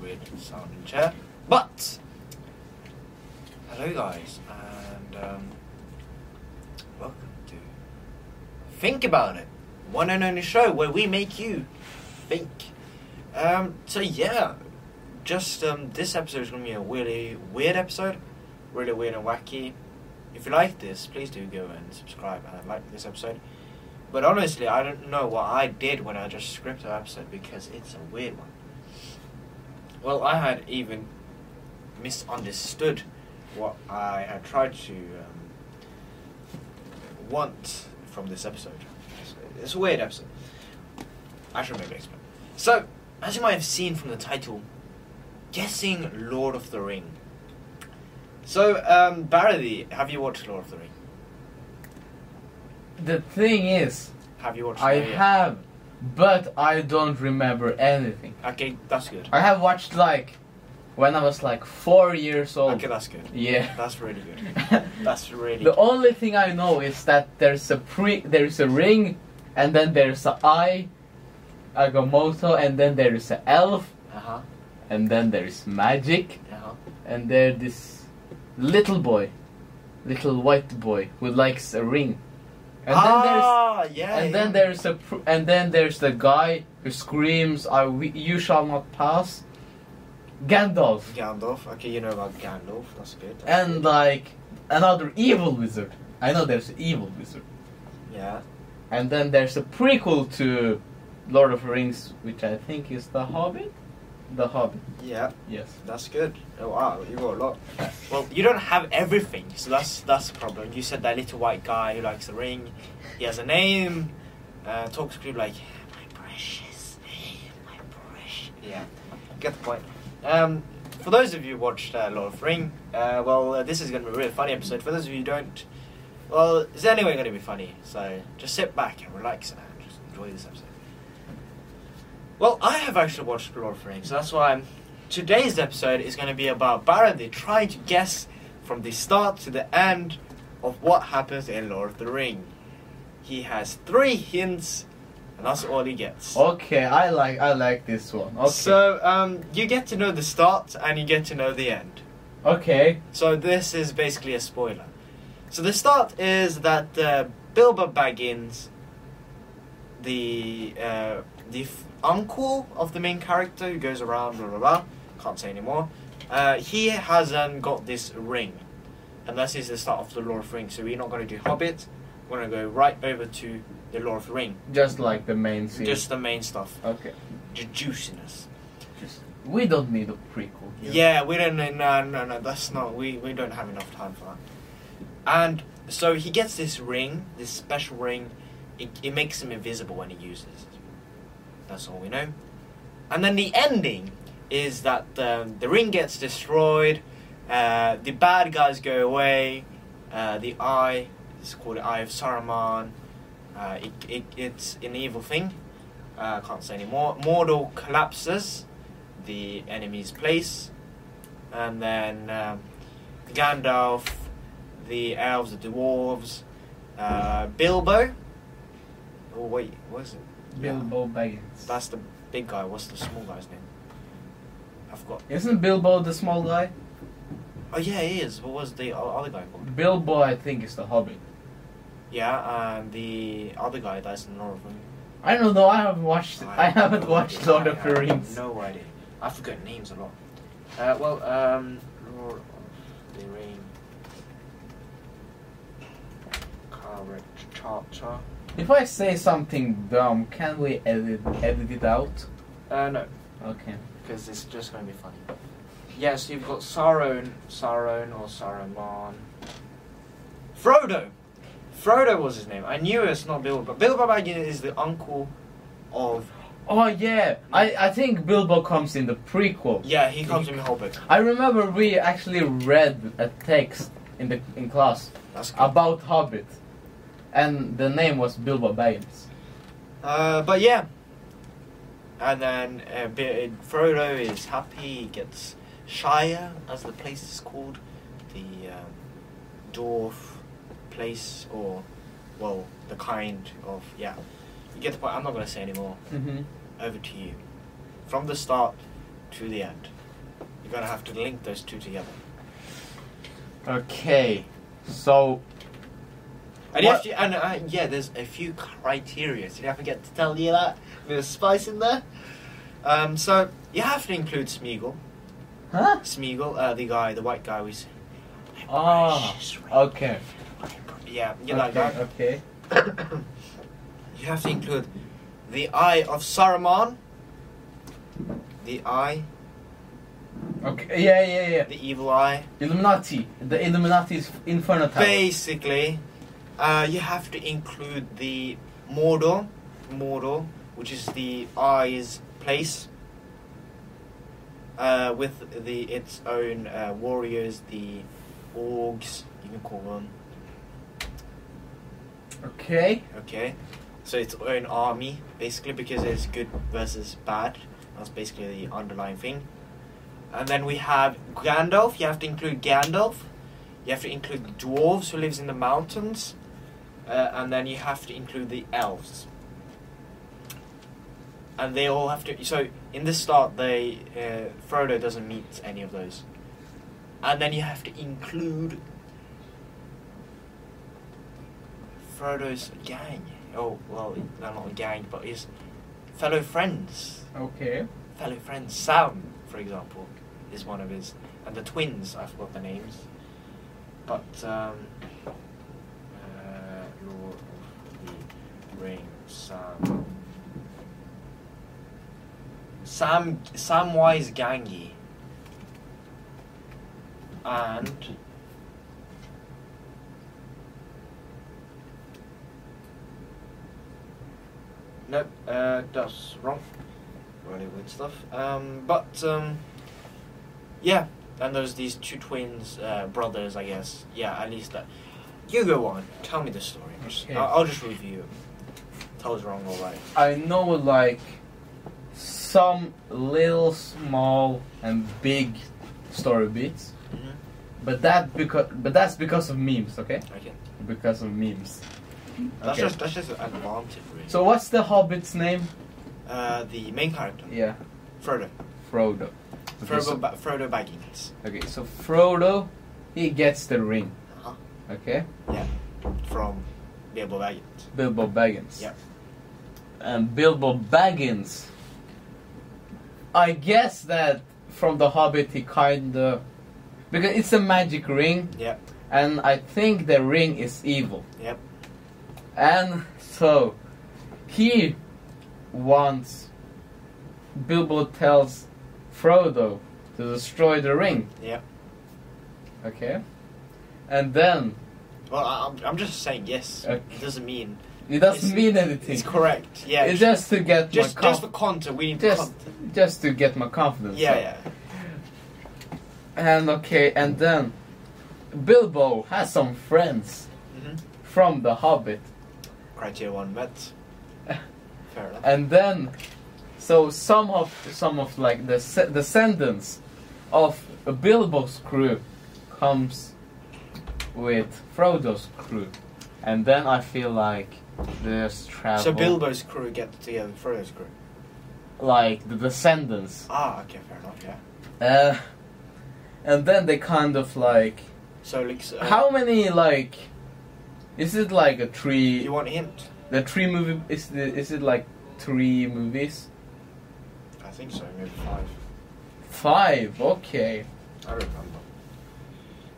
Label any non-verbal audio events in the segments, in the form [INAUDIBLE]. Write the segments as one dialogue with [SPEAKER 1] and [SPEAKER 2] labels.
[SPEAKER 1] weird sounding chair. But hello, guys, and um, welcome to Think About It, one and only show where we make you think. Um, so yeah, just um, this episode is going to be a really weird episode, really weird and wacky. If you like this, please do go and subscribe and like this episode. But honestly, I don't know what I did when I just scripted the episode because it's a weird one. Well, I had even misunderstood what I had tried to um, want from this episode. It's, it's a weird episode. I should maybe explain. So, as you might have seen from the title, guessing Lord of the Ring. So, um, Barry, have you watched Lord of the Ring?
[SPEAKER 2] The thing is,
[SPEAKER 1] Have you watched?
[SPEAKER 2] I
[SPEAKER 1] it yet?
[SPEAKER 2] have, but I don't remember anything.
[SPEAKER 1] Okay, that's good.
[SPEAKER 2] I have watched like when I was like four years old.
[SPEAKER 1] Okay, that's good.
[SPEAKER 2] Yeah.
[SPEAKER 1] That's really good.
[SPEAKER 2] [LAUGHS]
[SPEAKER 1] That's really.
[SPEAKER 2] the
[SPEAKER 1] good.
[SPEAKER 2] only thing I know is that there's a pre, there's a ring, and then there's a eye, Agamotto, and then there is an elf,
[SPEAKER 1] Uh huh.
[SPEAKER 2] and then there is magic,
[SPEAKER 1] Uh huh.
[SPEAKER 2] and there's this little boy, little white boy who likes a ring, and then there's
[SPEAKER 1] ah, yeah.
[SPEAKER 2] And
[SPEAKER 1] yeah.
[SPEAKER 2] then there's a pr- and then there's the guy who screams, "I wi- you shall not pass." Gandalf
[SPEAKER 1] Gandalf. Okay, you know about Gandalf. That's good. That's
[SPEAKER 2] and
[SPEAKER 1] good.
[SPEAKER 2] like another evil wizard. I know there's an evil wizard.
[SPEAKER 1] yeah.
[SPEAKER 2] And then there's a prequel to Lord of the Rings, which I think is The Hobbit. The Hobbit.
[SPEAKER 1] Yeah,
[SPEAKER 2] Yes.
[SPEAKER 1] that's good. Oh, wow, you got a lot. Well, you don't have everything, so that's that's the problem. You said that little white guy who likes the ring. He has a name. Uh, talks to people like my precious, my precious. Yeah, get the point. Um, for those of you who watched uh, Lord of the Ring, uh, well, uh, this is going to be a really funny episode. For those of you who don't, well, it's anyway going to be funny. So just sit back and relax and just enjoy this episode. Well, I have actually watched Lord of the Rings, so that's why today's episode is going to be about Barad trying to guess from the start to the end of what happens in Lord of the Ring. He has three hints, and that's all he gets.
[SPEAKER 2] Okay, I like I like this one. Okay.
[SPEAKER 1] So um, you get to know the start and you get to know the end.
[SPEAKER 2] okay.
[SPEAKER 1] So this is basically a spoiler. So the start is that uh, Bilbo Baggins, the uh, the f- uncle of the main character who goes around blah blah blah, can't say anymore. Uh, he hasn't got this ring, and that is the start of the Lord of the Ring. So we're not going to do Hobbit. We're going to go right over to the Lord of the Ring,
[SPEAKER 2] Just like the main scene.
[SPEAKER 1] just the main stuff,
[SPEAKER 2] okay.
[SPEAKER 1] the juiciness.
[SPEAKER 2] Just we don't need a prequel. here.
[SPEAKER 1] Yeah, we don't know. No, no, no. That's not. We we don't have enough time for that. And so he gets this ring, this special ring. It, it makes him invisible when he uses. it. That's all we know. And then the ending is that um, the ring gets destroyed. Uh, the bad guys go away. Uh, the eye it's called the Eye of Saruman. Uh, it, it, it's an evil thing. Uh, I can't say anymore. Mordor collapses the enemy's place, and then um, Gandalf, the elves, the dwarves, uh, Bilbo. Oh wait, what is it?
[SPEAKER 2] Bilbo Baggins.
[SPEAKER 1] That's the big guy. What's the small guy's name? I forgot.
[SPEAKER 2] Isn't Bilbo the small guy?
[SPEAKER 1] Oh yeah, he is. What was the o- other guy called?
[SPEAKER 2] Bilbo, I think, is the Hobbit.
[SPEAKER 1] Yeah, and the other guy that's in Lord of the Rings.
[SPEAKER 2] I don't know. I haven't watched. [LAUGHS] I,
[SPEAKER 1] have
[SPEAKER 2] haven't
[SPEAKER 1] no
[SPEAKER 2] watched
[SPEAKER 1] idea.
[SPEAKER 2] Lord of
[SPEAKER 1] I
[SPEAKER 2] the
[SPEAKER 1] have
[SPEAKER 2] Rings.
[SPEAKER 1] No idea. I forget names a lot. Uh, well, um, Lord of the Ring. Character.
[SPEAKER 2] If I say something dumb, can we edit edit it out?
[SPEAKER 1] Uh, no,
[SPEAKER 2] Okay.
[SPEAKER 1] because it's just going to be funny. Yeah, so you've got Sauron, Sauron or Saruman. Frodo! Frodo was his name. I knew it's not Bilbo, but Bilbo Baggins is the uncle of.
[SPEAKER 2] Oh yeah. I I think Bilbo comes in the prequel.
[SPEAKER 1] Yeah, he comes from the Hobbit.
[SPEAKER 2] I remember we actually read a text in the in class
[SPEAKER 1] That's good.
[SPEAKER 2] about Hobbit, and the name was Bilbo Baggins.
[SPEAKER 1] Uh, but yeah. And then uh, Bi- Frodo is happy. He gets Shire, as the place is called, the um, dwarf place, or well, the kind of yeah. You get the point. I'm not gonna say anymore.
[SPEAKER 2] Mm-hmm.
[SPEAKER 1] Over to you, from the start to the end. gonna have to link those two together.
[SPEAKER 2] Okay, so
[SPEAKER 1] And, you
[SPEAKER 2] What-
[SPEAKER 1] have to- and uh, yeah, there's a few criteria. Did I forget to tell you that? There's spice in there. Um, so you have to include Smeagol.
[SPEAKER 2] huh?
[SPEAKER 1] Smeagol, uh, the guy, the white guy, was.
[SPEAKER 2] Ah, okay.
[SPEAKER 1] Yeah, you like
[SPEAKER 2] okay,
[SPEAKER 1] that.
[SPEAKER 2] okay.
[SPEAKER 1] [COUGHS] you have to include the Eye of Saruman, the Eye,
[SPEAKER 2] Okay. Yeah, yeah, yeah.
[SPEAKER 1] the Evil Eye.
[SPEAKER 2] Illuminati. The Illuminati is Inferno Tower.
[SPEAKER 1] Basically, uh, you have to include the Mordor, Mordor, which is the Eye's place, uh, with the its own uh, warriors, the orgs, you can call them.
[SPEAKER 2] Okay.
[SPEAKER 1] Okay, so its own army basically because it's good versus bad. That's basically the underlying thing. And then we have Gandalf. You have to include Gandalf. You have to include the dwarves who lives in the mountains, uh, and then you have to include the elves. And they all have to. So in the start, they uh, Frodo doesn't meet any of those. And then you have to include Frodo's gang. Oh, well, they're not a gang, but his fellow friends.
[SPEAKER 2] Okay.
[SPEAKER 1] Fellow friends. Sam, for example, is one of his. And the twins, I forgot the names. But, um. uh, Lord of the Ring, Sam. Sam. Samwise Gangi. And. No, uh, that's wrong. Really weird stuff. Um, but um, yeah, and there's these two twins, uh, brothers, I guess. Yeah, at least that. You go on. Tell me the story. I'm just-
[SPEAKER 2] Okay.
[SPEAKER 1] I'll, I'll just review. it. Tell us wrong or right.
[SPEAKER 2] I know like some little small and big story beats,
[SPEAKER 1] Mm-hmm.
[SPEAKER 2] but that because but that's because of memes. Okay.
[SPEAKER 1] Okay.
[SPEAKER 2] Because of memes.
[SPEAKER 1] That's
[SPEAKER 2] Okay.
[SPEAKER 1] just that's just an advantage, really.
[SPEAKER 2] So what's the Hobbit's name?
[SPEAKER 1] uh, the main character,
[SPEAKER 2] Yeah,
[SPEAKER 1] Frodo.
[SPEAKER 2] Frodo. Okay,
[SPEAKER 1] Frodo,
[SPEAKER 2] so,
[SPEAKER 1] ba- Frodo Baggins.
[SPEAKER 2] okay, so Frodo, he gets the ring.
[SPEAKER 1] Uh-huh.
[SPEAKER 2] Okay,
[SPEAKER 1] Yeah. From Bilbo Baggins.
[SPEAKER 2] Bilbo Baggins.
[SPEAKER 1] Yeah.
[SPEAKER 2] And Bilbo Baggins. I guess that from the Hobbit, he kinda, because it's a magic ring,
[SPEAKER 1] Yeah.
[SPEAKER 2] and I think the ring is evil.
[SPEAKER 1] Yep.
[SPEAKER 2] And so he wants Bilbo tells Frodo to destroy the ring.
[SPEAKER 1] Yep.
[SPEAKER 2] Okay. And then
[SPEAKER 1] Well, I, I'm, I'm just saying yes.
[SPEAKER 2] Okay.
[SPEAKER 1] It doesn't mean
[SPEAKER 2] it doesn't
[SPEAKER 1] It's-
[SPEAKER 2] mean anything.
[SPEAKER 1] it's correct. Yeah.
[SPEAKER 2] It's just to get
[SPEAKER 1] just
[SPEAKER 2] my
[SPEAKER 1] just for
[SPEAKER 2] conf-
[SPEAKER 1] content. We need
[SPEAKER 2] just
[SPEAKER 1] content.
[SPEAKER 2] just to get my confidence.
[SPEAKER 1] Yeah,
[SPEAKER 2] up.
[SPEAKER 1] yeah.
[SPEAKER 2] And okay, and then Bilbo has some friends
[SPEAKER 1] Mm-hmm.
[SPEAKER 2] from the Hobbit.
[SPEAKER 1] Criteria one met.
[SPEAKER 2] [LAUGHS]
[SPEAKER 1] Fair enough.
[SPEAKER 2] and then so some of some of like the se- descendants of Bilbo's crew comes with Frodo's crew, and then I feel like there's travel.
[SPEAKER 1] So Bilbo's crew get together with Frodo's crew.
[SPEAKER 2] like the descendants,
[SPEAKER 1] Ah, okay, fair enough. Yeah.
[SPEAKER 2] uh, and then they kind of like
[SPEAKER 1] So uh, like, so,
[SPEAKER 2] how many like. Is it like a three?
[SPEAKER 1] you want a hint?
[SPEAKER 2] The three movie is the, is it like three movies?
[SPEAKER 1] I think so. Maybe five.
[SPEAKER 2] Five. Okay.
[SPEAKER 1] I remember.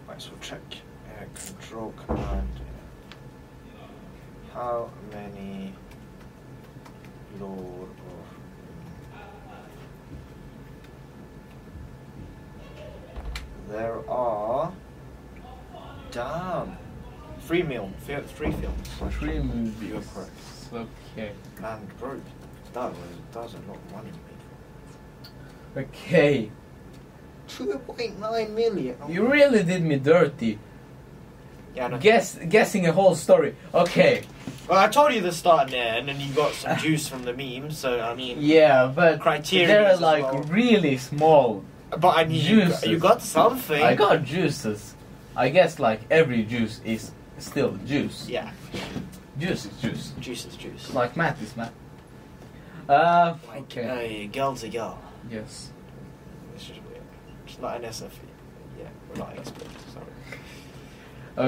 [SPEAKER 1] Right, so check. Uh, control command. uh, How many Lord of There are. Damn. Three mil, fi- three films.
[SPEAKER 2] Three movies.
[SPEAKER 1] You're correct.
[SPEAKER 2] Okay.
[SPEAKER 1] Man, bro, that was that was a lot of money.
[SPEAKER 2] Okay.
[SPEAKER 1] Two point nine million.
[SPEAKER 2] You really did me dirty.
[SPEAKER 1] Oh. Yeah, I know.
[SPEAKER 2] Guess guessing a whole story. Okay.
[SPEAKER 1] Well, I told you the start and end, and you got
[SPEAKER 2] [LAUGHS]
[SPEAKER 1] some juice from the meme. So I mean,
[SPEAKER 2] Yeah, but
[SPEAKER 1] Criteria
[SPEAKER 2] they're
[SPEAKER 1] as
[SPEAKER 2] like
[SPEAKER 1] well.
[SPEAKER 2] really small.
[SPEAKER 1] but I mean, you got,
[SPEAKER 2] Juices.
[SPEAKER 1] you got something.
[SPEAKER 2] I got juices. I guess like every juice is still juice.
[SPEAKER 1] Yeah,
[SPEAKER 2] Juice is juice.
[SPEAKER 1] juice is juice.
[SPEAKER 2] Like math is math. Uh.
[SPEAKER 1] Like,
[SPEAKER 2] Okay.
[SPEAKER 1] uh, girl's a girl.
[SPEAKER 2] Yes.
[SPEAKER 1] This is weird. Not an SF. Yeah, we're not experts. Sorry.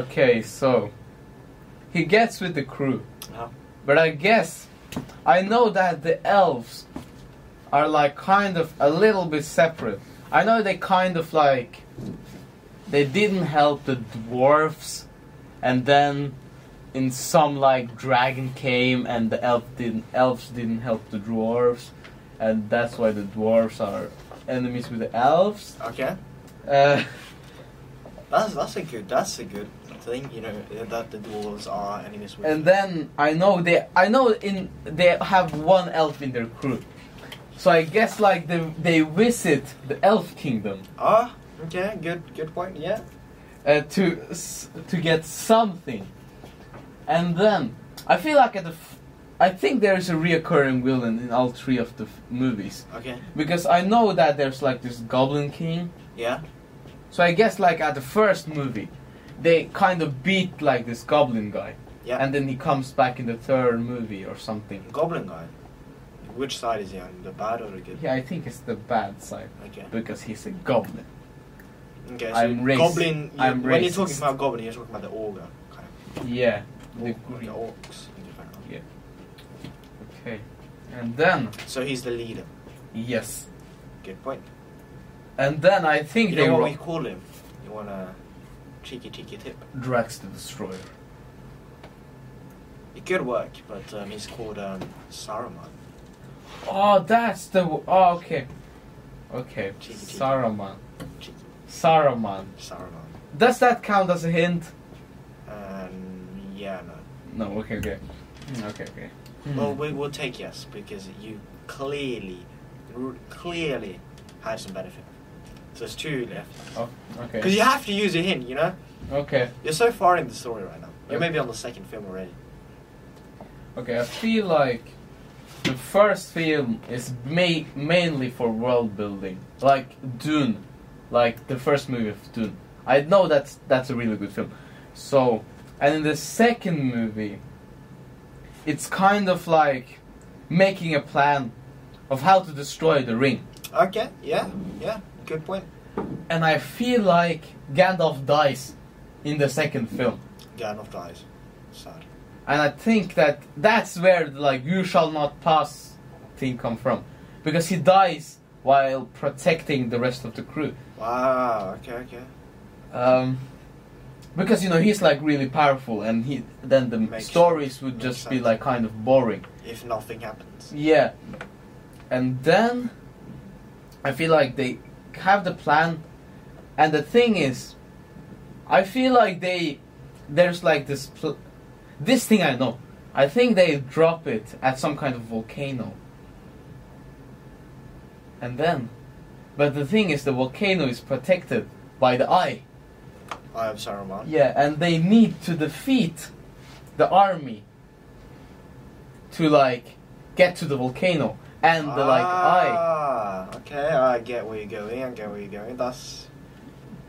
[SPEAKER 2] Okay, so he gets with the crew,
[SPEAKER 1] Uh-huh.
[SPEAKER 2] but I guess I know that the elves are like kind of a little bit separate. I know they kind of like they didn't help the dwarfs, and then in some like dragon came and the elf didn't elves didn't help the dwarves, and that's why the dwarves are enemies with the elves.
[SPEAKER 1] Okay.
[SPEAKER 2] Uh, [LAUGHS]
[SPEAKER 1] That's that's a good that's a good thing you know that the dwarves are enemies with.
[SPEAKER 2] and then I know they I know in they have one elf in their crew, so I guess like they they visit the elf kingdom
[SPEAKER 1] ah okay good good point yeah
[SPEAKER 2] uh, to s- to get something, and then I feel like at the f- I think there is a reoccurring villain in all three of the f- movies
[SPEAKER 1] okay
[SPEAKER 2] because I know that there's like this goblin king.
[SPEAKER 1] yeah
[SPEAKER 2] So I guess like at the first movie, they kind of beat like this goblin guy,
[SPEAKER 1] yeah
[SPEAKER 2] and then he comes back in the third movie or something.
[SPEAKER 1] goblin guy. Which side is he on? The bad or the good?
[SPEAKER 2] Yeah, I think it's the bad side
[SPEAKER 1] Okay.
[SPEAKER 2] because he's a goblin.
[SPEAKER 1] Okay. So
[SPEAKER 2] I'm racist.
[SPEAKER 1] goblin. You,
[SPEAKER 2] I'm
[SPEAKER 1] when you're
[SPEAKER 2] racist.
[SPEAKER 1] talking about goblin, you're talking about the ogre kind of.
[SPEAKER 2] Yeah.
[SPEAKER 1] Orc,
[SPEAKER 2] The
[SPEAKER 1] like
[SPEAKER 2] Greek.
[SPEAKER 1] the orcs. in different-
[SPEAKER 2] Okay. And then
[SPEAKER 1] So he's the leader.
[SPEAKER 2] yes.
[SPEAKER 1] Good point.
[SPEAKER 2] And then I think
[SPEAKER 1] You
[SPEAKER 2] they
[SPEAKER 1] know what
[SPEAKER 2] were
[SPEAKER 1] we call him? You want a cheeky, cheeky tip?
[SPEAKER 2] Drax the Destroyer.
[SPEAKER 1] It could work, but um, he's called um, Saruman.
[SPEAKER 2] Oh, that's the. w- Oh, okay. Okay.
[SPEAKER 1] Cheeky, cheeky.
[SPEAKER 2] Saruman.
[SPEAKER 1] Cheeky
[SPEAKER 2] Saruman.
[SPEAKER 1] Saruman.
[SPEAKER 2] Does that count as a hint?
[SPEAKER 1] Um, yeah, no.
[SPEAKER 2] No. Okay. Okay. Hmm, Okay. Okay. Hmm.
[SPEAKER 1] Well, we, we'll take yes because you clearly, r- clearly had some benefit. So there's two left.
[SPEAKER 2] Oh,
[SPEAKER 1] Because
[SPEAKER 2] okay.
[SPEAKER 1] you have to use a hint, you know?
[SPEAKER 2] Okay.
[SPEAKER 1] You're so far in the story right now. You're maybe on the second film already.
[SPEAKER 2] Okay. I feel like the first film is ma- mainly for world building, like Dune, like the first movie of Dune. I know that's that's a really good film. So, and in the second movie, it's kind of like making a plan of how to destroy the ring.
[SPEAKER 1] Okay, yeah, yeah, good point.
[SPEAKER 2] And I feel like Gandalf dies in the second film.
[SPEAKER 1] Gandalf dies. Sad.
[SPEAKER 2] and I think that that's where the, like "you shall not pass" thing come from, because he dies while protecting the rest of the crew.
[SPEAKER 1] Wow, okay, okay.
[SPEAKER 2] Um, because you know he's like really powerful, and he then the
[SPEAKER 1] Makes
[SPEAKER 2] stories
[SPEAKER 1] sense.
[SPEAKER 2] would
[SPEAKER 1] Makes
[SPEAKER 2] just be
[SPEAKER 1] sense.
[SPEAKER 2] like kind of boring.
[SPEAKER 1] If nothing happens.
[SPEAKER 2] Yeah, and then I feel like they have the plan, and the thing is, I feel like they there's like this pl- this thing I know. I think they drop it at some kind of volcano, and then, but the thing is, the volcano is protected by the eye.
[SPEAKER 1] I am Saruman.
[SPEAKER 2] Yeah, and they need to defeat the army to like get to the volcano and the like eye.
[SPEAKER 1] Ah, okay, I get where you're going, I get where you're going. That's.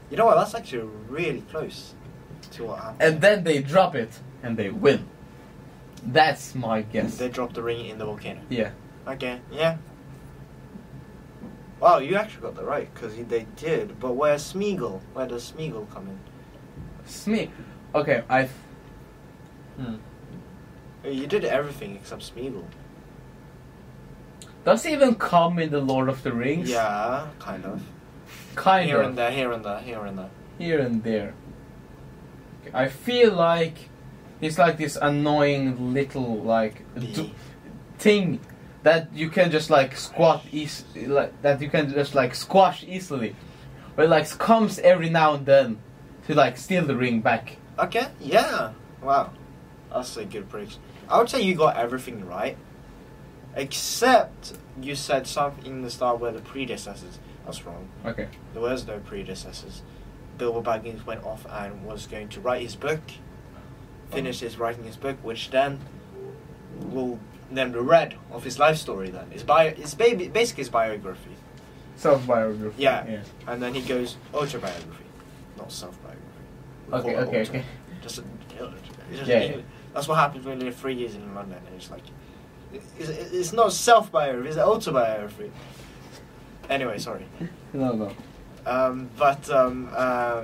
[SPEAKER 1] You know what, that's actually really close to what happened.
[SPEAKER 2] And then they drop it and they win. That's my guess.
[SPEAKER 1] They dropped the ring in the volcano.
[SPEAKER 2] Yeah.
[SPEAKER 1] Okay, yeah. Wow, you actually got that right, because they did. But where's Smeagol? Where does Smeagol come in?
[SPEAKER 2] Smeagol. Okay, I.
[SPEAKER 1] You did everything except Smeagol.
[SPEAKER 2] Does he even come in the Lord of the Rings?
[SPEAKER 1] Yeah, kind of.
[SPEAKER 2] Kind
[SPEAKER 1] here
[SPEAKER 2] of.
[SPEAKER 1] and there, here and there, here and there.
[SPEAKER 2] Here and there. I feel like he's like this annoying little like. d-
[SPEAKER 1] The,
[SPEAKER 2] thing that you can just like squat eas- like that you can just like squash easily, but it, like comes every now and then to like steal the ring back.
[SPEAKER 1] okay, yeah. Wow. That's a good prediction. I would say you got everything right. Except you said something in the start where the predecessors. That's wrong.
[SPEAKER 2] Okay.
[SPEAKER 1] There was no predecessors. Bilbo Baggins went off and was going to write his book, finished his writing his book, which then will then be read of his life story. Then his bio, his baby, basically his biography.
[SPEAKER 2] Self biography.
[SPEAKER 1] Yeah. And then he goes autobiography, not self-biography. We
[SPEAKER 2] Okay.
[SPEAKER 1] call it
[SPEAKER 2] Okay.
[SPEAKER 1] auto.
[SPEAKER 2] Okay.
[SPEAKER 1] Just, a- it's just
[SPEAKER 2] Yeah, yeah.
[SPEAKER 1] That's what happens when you live three years in London, and it's like, it's,
[SPEAKER 2] [LAUGHS]
[SPEAKER 1] it's not self-biography, it's autobiography. Anyway, sorry.
[SPEAKER 2] No. No.
[SPEAKER 1] Um, but um, uh,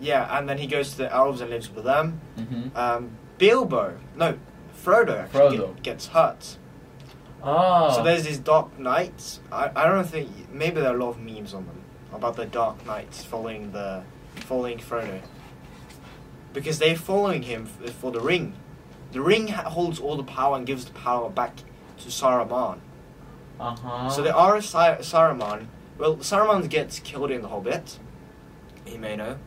[SPEAKER 1] yeah, and then he goes to the elves and lives with them.
[SPEAKER 2] Mm-hmm.
[SPEAKER 1] Um, Bilbo, no, Frodo actually
[SPEAKER 2] Frodo.
[SPEAKER 1] Get, gets hurt.
[SPEAKER 2] Ah.
[SPEAKER 1] So there's these Dark Knights. I, I don't think maybe there are a lot of memes on them about the Dark Knights following the following Frodo because they're following him f- for the ring. The ring ha- holds all the power and gives the power back to Saruman.
[SPEAKER 2] Uh-huh.
[SPEAKER 1] So there are Sa- Saruman. Well, Saruman gets killed in The Hobbit. You may know.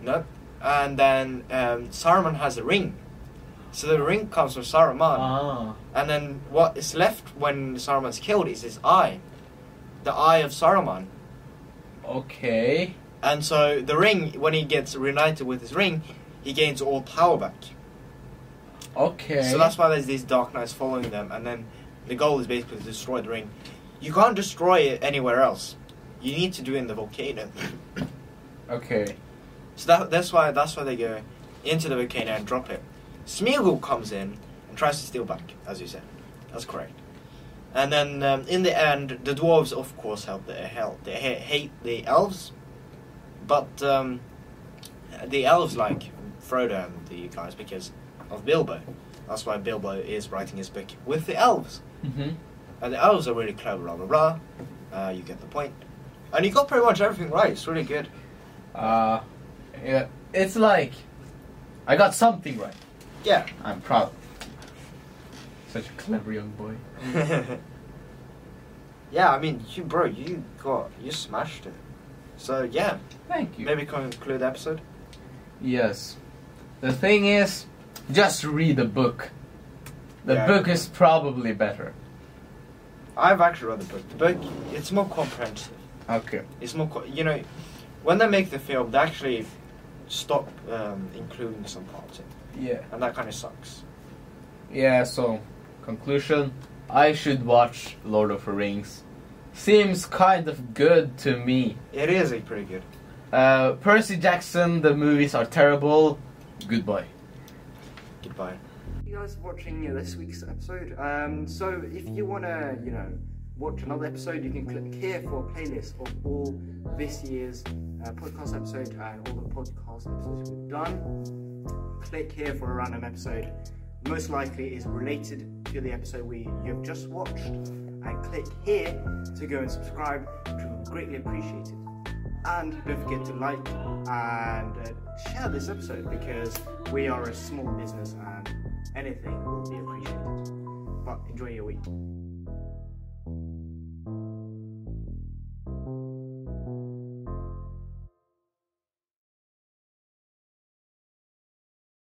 [SPEAKER 1] No. And then um, Saruman has a ring. So the ring comes from Saruman.
[SPEAKER 2] Ah.
[SPEAKER 1] And then what is left when Saruman's killed is his eye. The eye of Saruman.
[SPEAKER 2] Okay.
[SPEAKER 1] And so the ring, when he gets reunited with his ring, he gains all power back.
[SPEAKER 2] Okay.
[SPEAKER 1] So that's why there's these Dark Knights following them, and then the goal is basically to destroy the ring. You can't destroy it anywhere else. You need to do it in the volcano.
[SPEAKER 2] Okay.
[SPEAKER 1] So that, that's why that's why they go into the volcano and drop it. Smeagol comes in and tries to steal back, as you said. That's correct. And then um, in the end, the dwarves, of course, help the help. They ha- hate the elves, but um, the elves like Frodo and the guys because of Bilbo. That's why Bilbo is writing his book with the elves.
[SPEAKER 2] Mm-hmm.
[SPEAKER 1] And the elves are really clever, blah blah blah. Uh, you get the point. And he got pretty much everything right. It's really good.
[SPEAKER 2] Uh, yeah. It's like I got something right.
[SPEAKER 1] Yeah.
[SPEAKER 2] I'm proud. Such a clever young boy.
[SPEAKER 1] [LAUGHS] yeah, I mean, you bro, you got you smashed it. So yeah,
[SPEAKER 2] Thank you.
[SPEAKER 1] maybe conclude the episode.
[SPEAKER 2] Yes. The thing is, just read the book. The
[SPEAKER 1] Yeah.
[SPEAKER 2] book is probably better.
[SPEAKER 1] I've actually read the book. The book it's more comprehensive.
[SPEAKER 2] Okay.
[SPEAKER 1] It's more co- you know, when they make the film, they actually stop um, including some parts, in,
[SPEAKER 2] Yeah.
[SPEAKER 1] and that kind of sucks.
[SPEAKER 2] Yeah, so conclusion, I should watch Lord of the Rings. Seems kind of good to me.
[SPEAKER 1] It is a pretty good.
[SPEAKER 2] Uh, Percy Jackson, the movies are terrible. Goodbye.
[SPEAKER 1] Goodbye.
[SPEAKER 3] Thank you guys for watching uh, this week's episode. Um, so if you want to, you know, watch another episode, you can click here for a playlist of all this year's uh, podcast episode and all the podcast episodes we've done. Click here for a random episode, most likely is related to the episode we you've just watched, and click here to go and subscribe, which we greatly appreciate it. And don't forget to like and uh, share this episode because we are a small business and anything will be appreciated. But enjoy your week.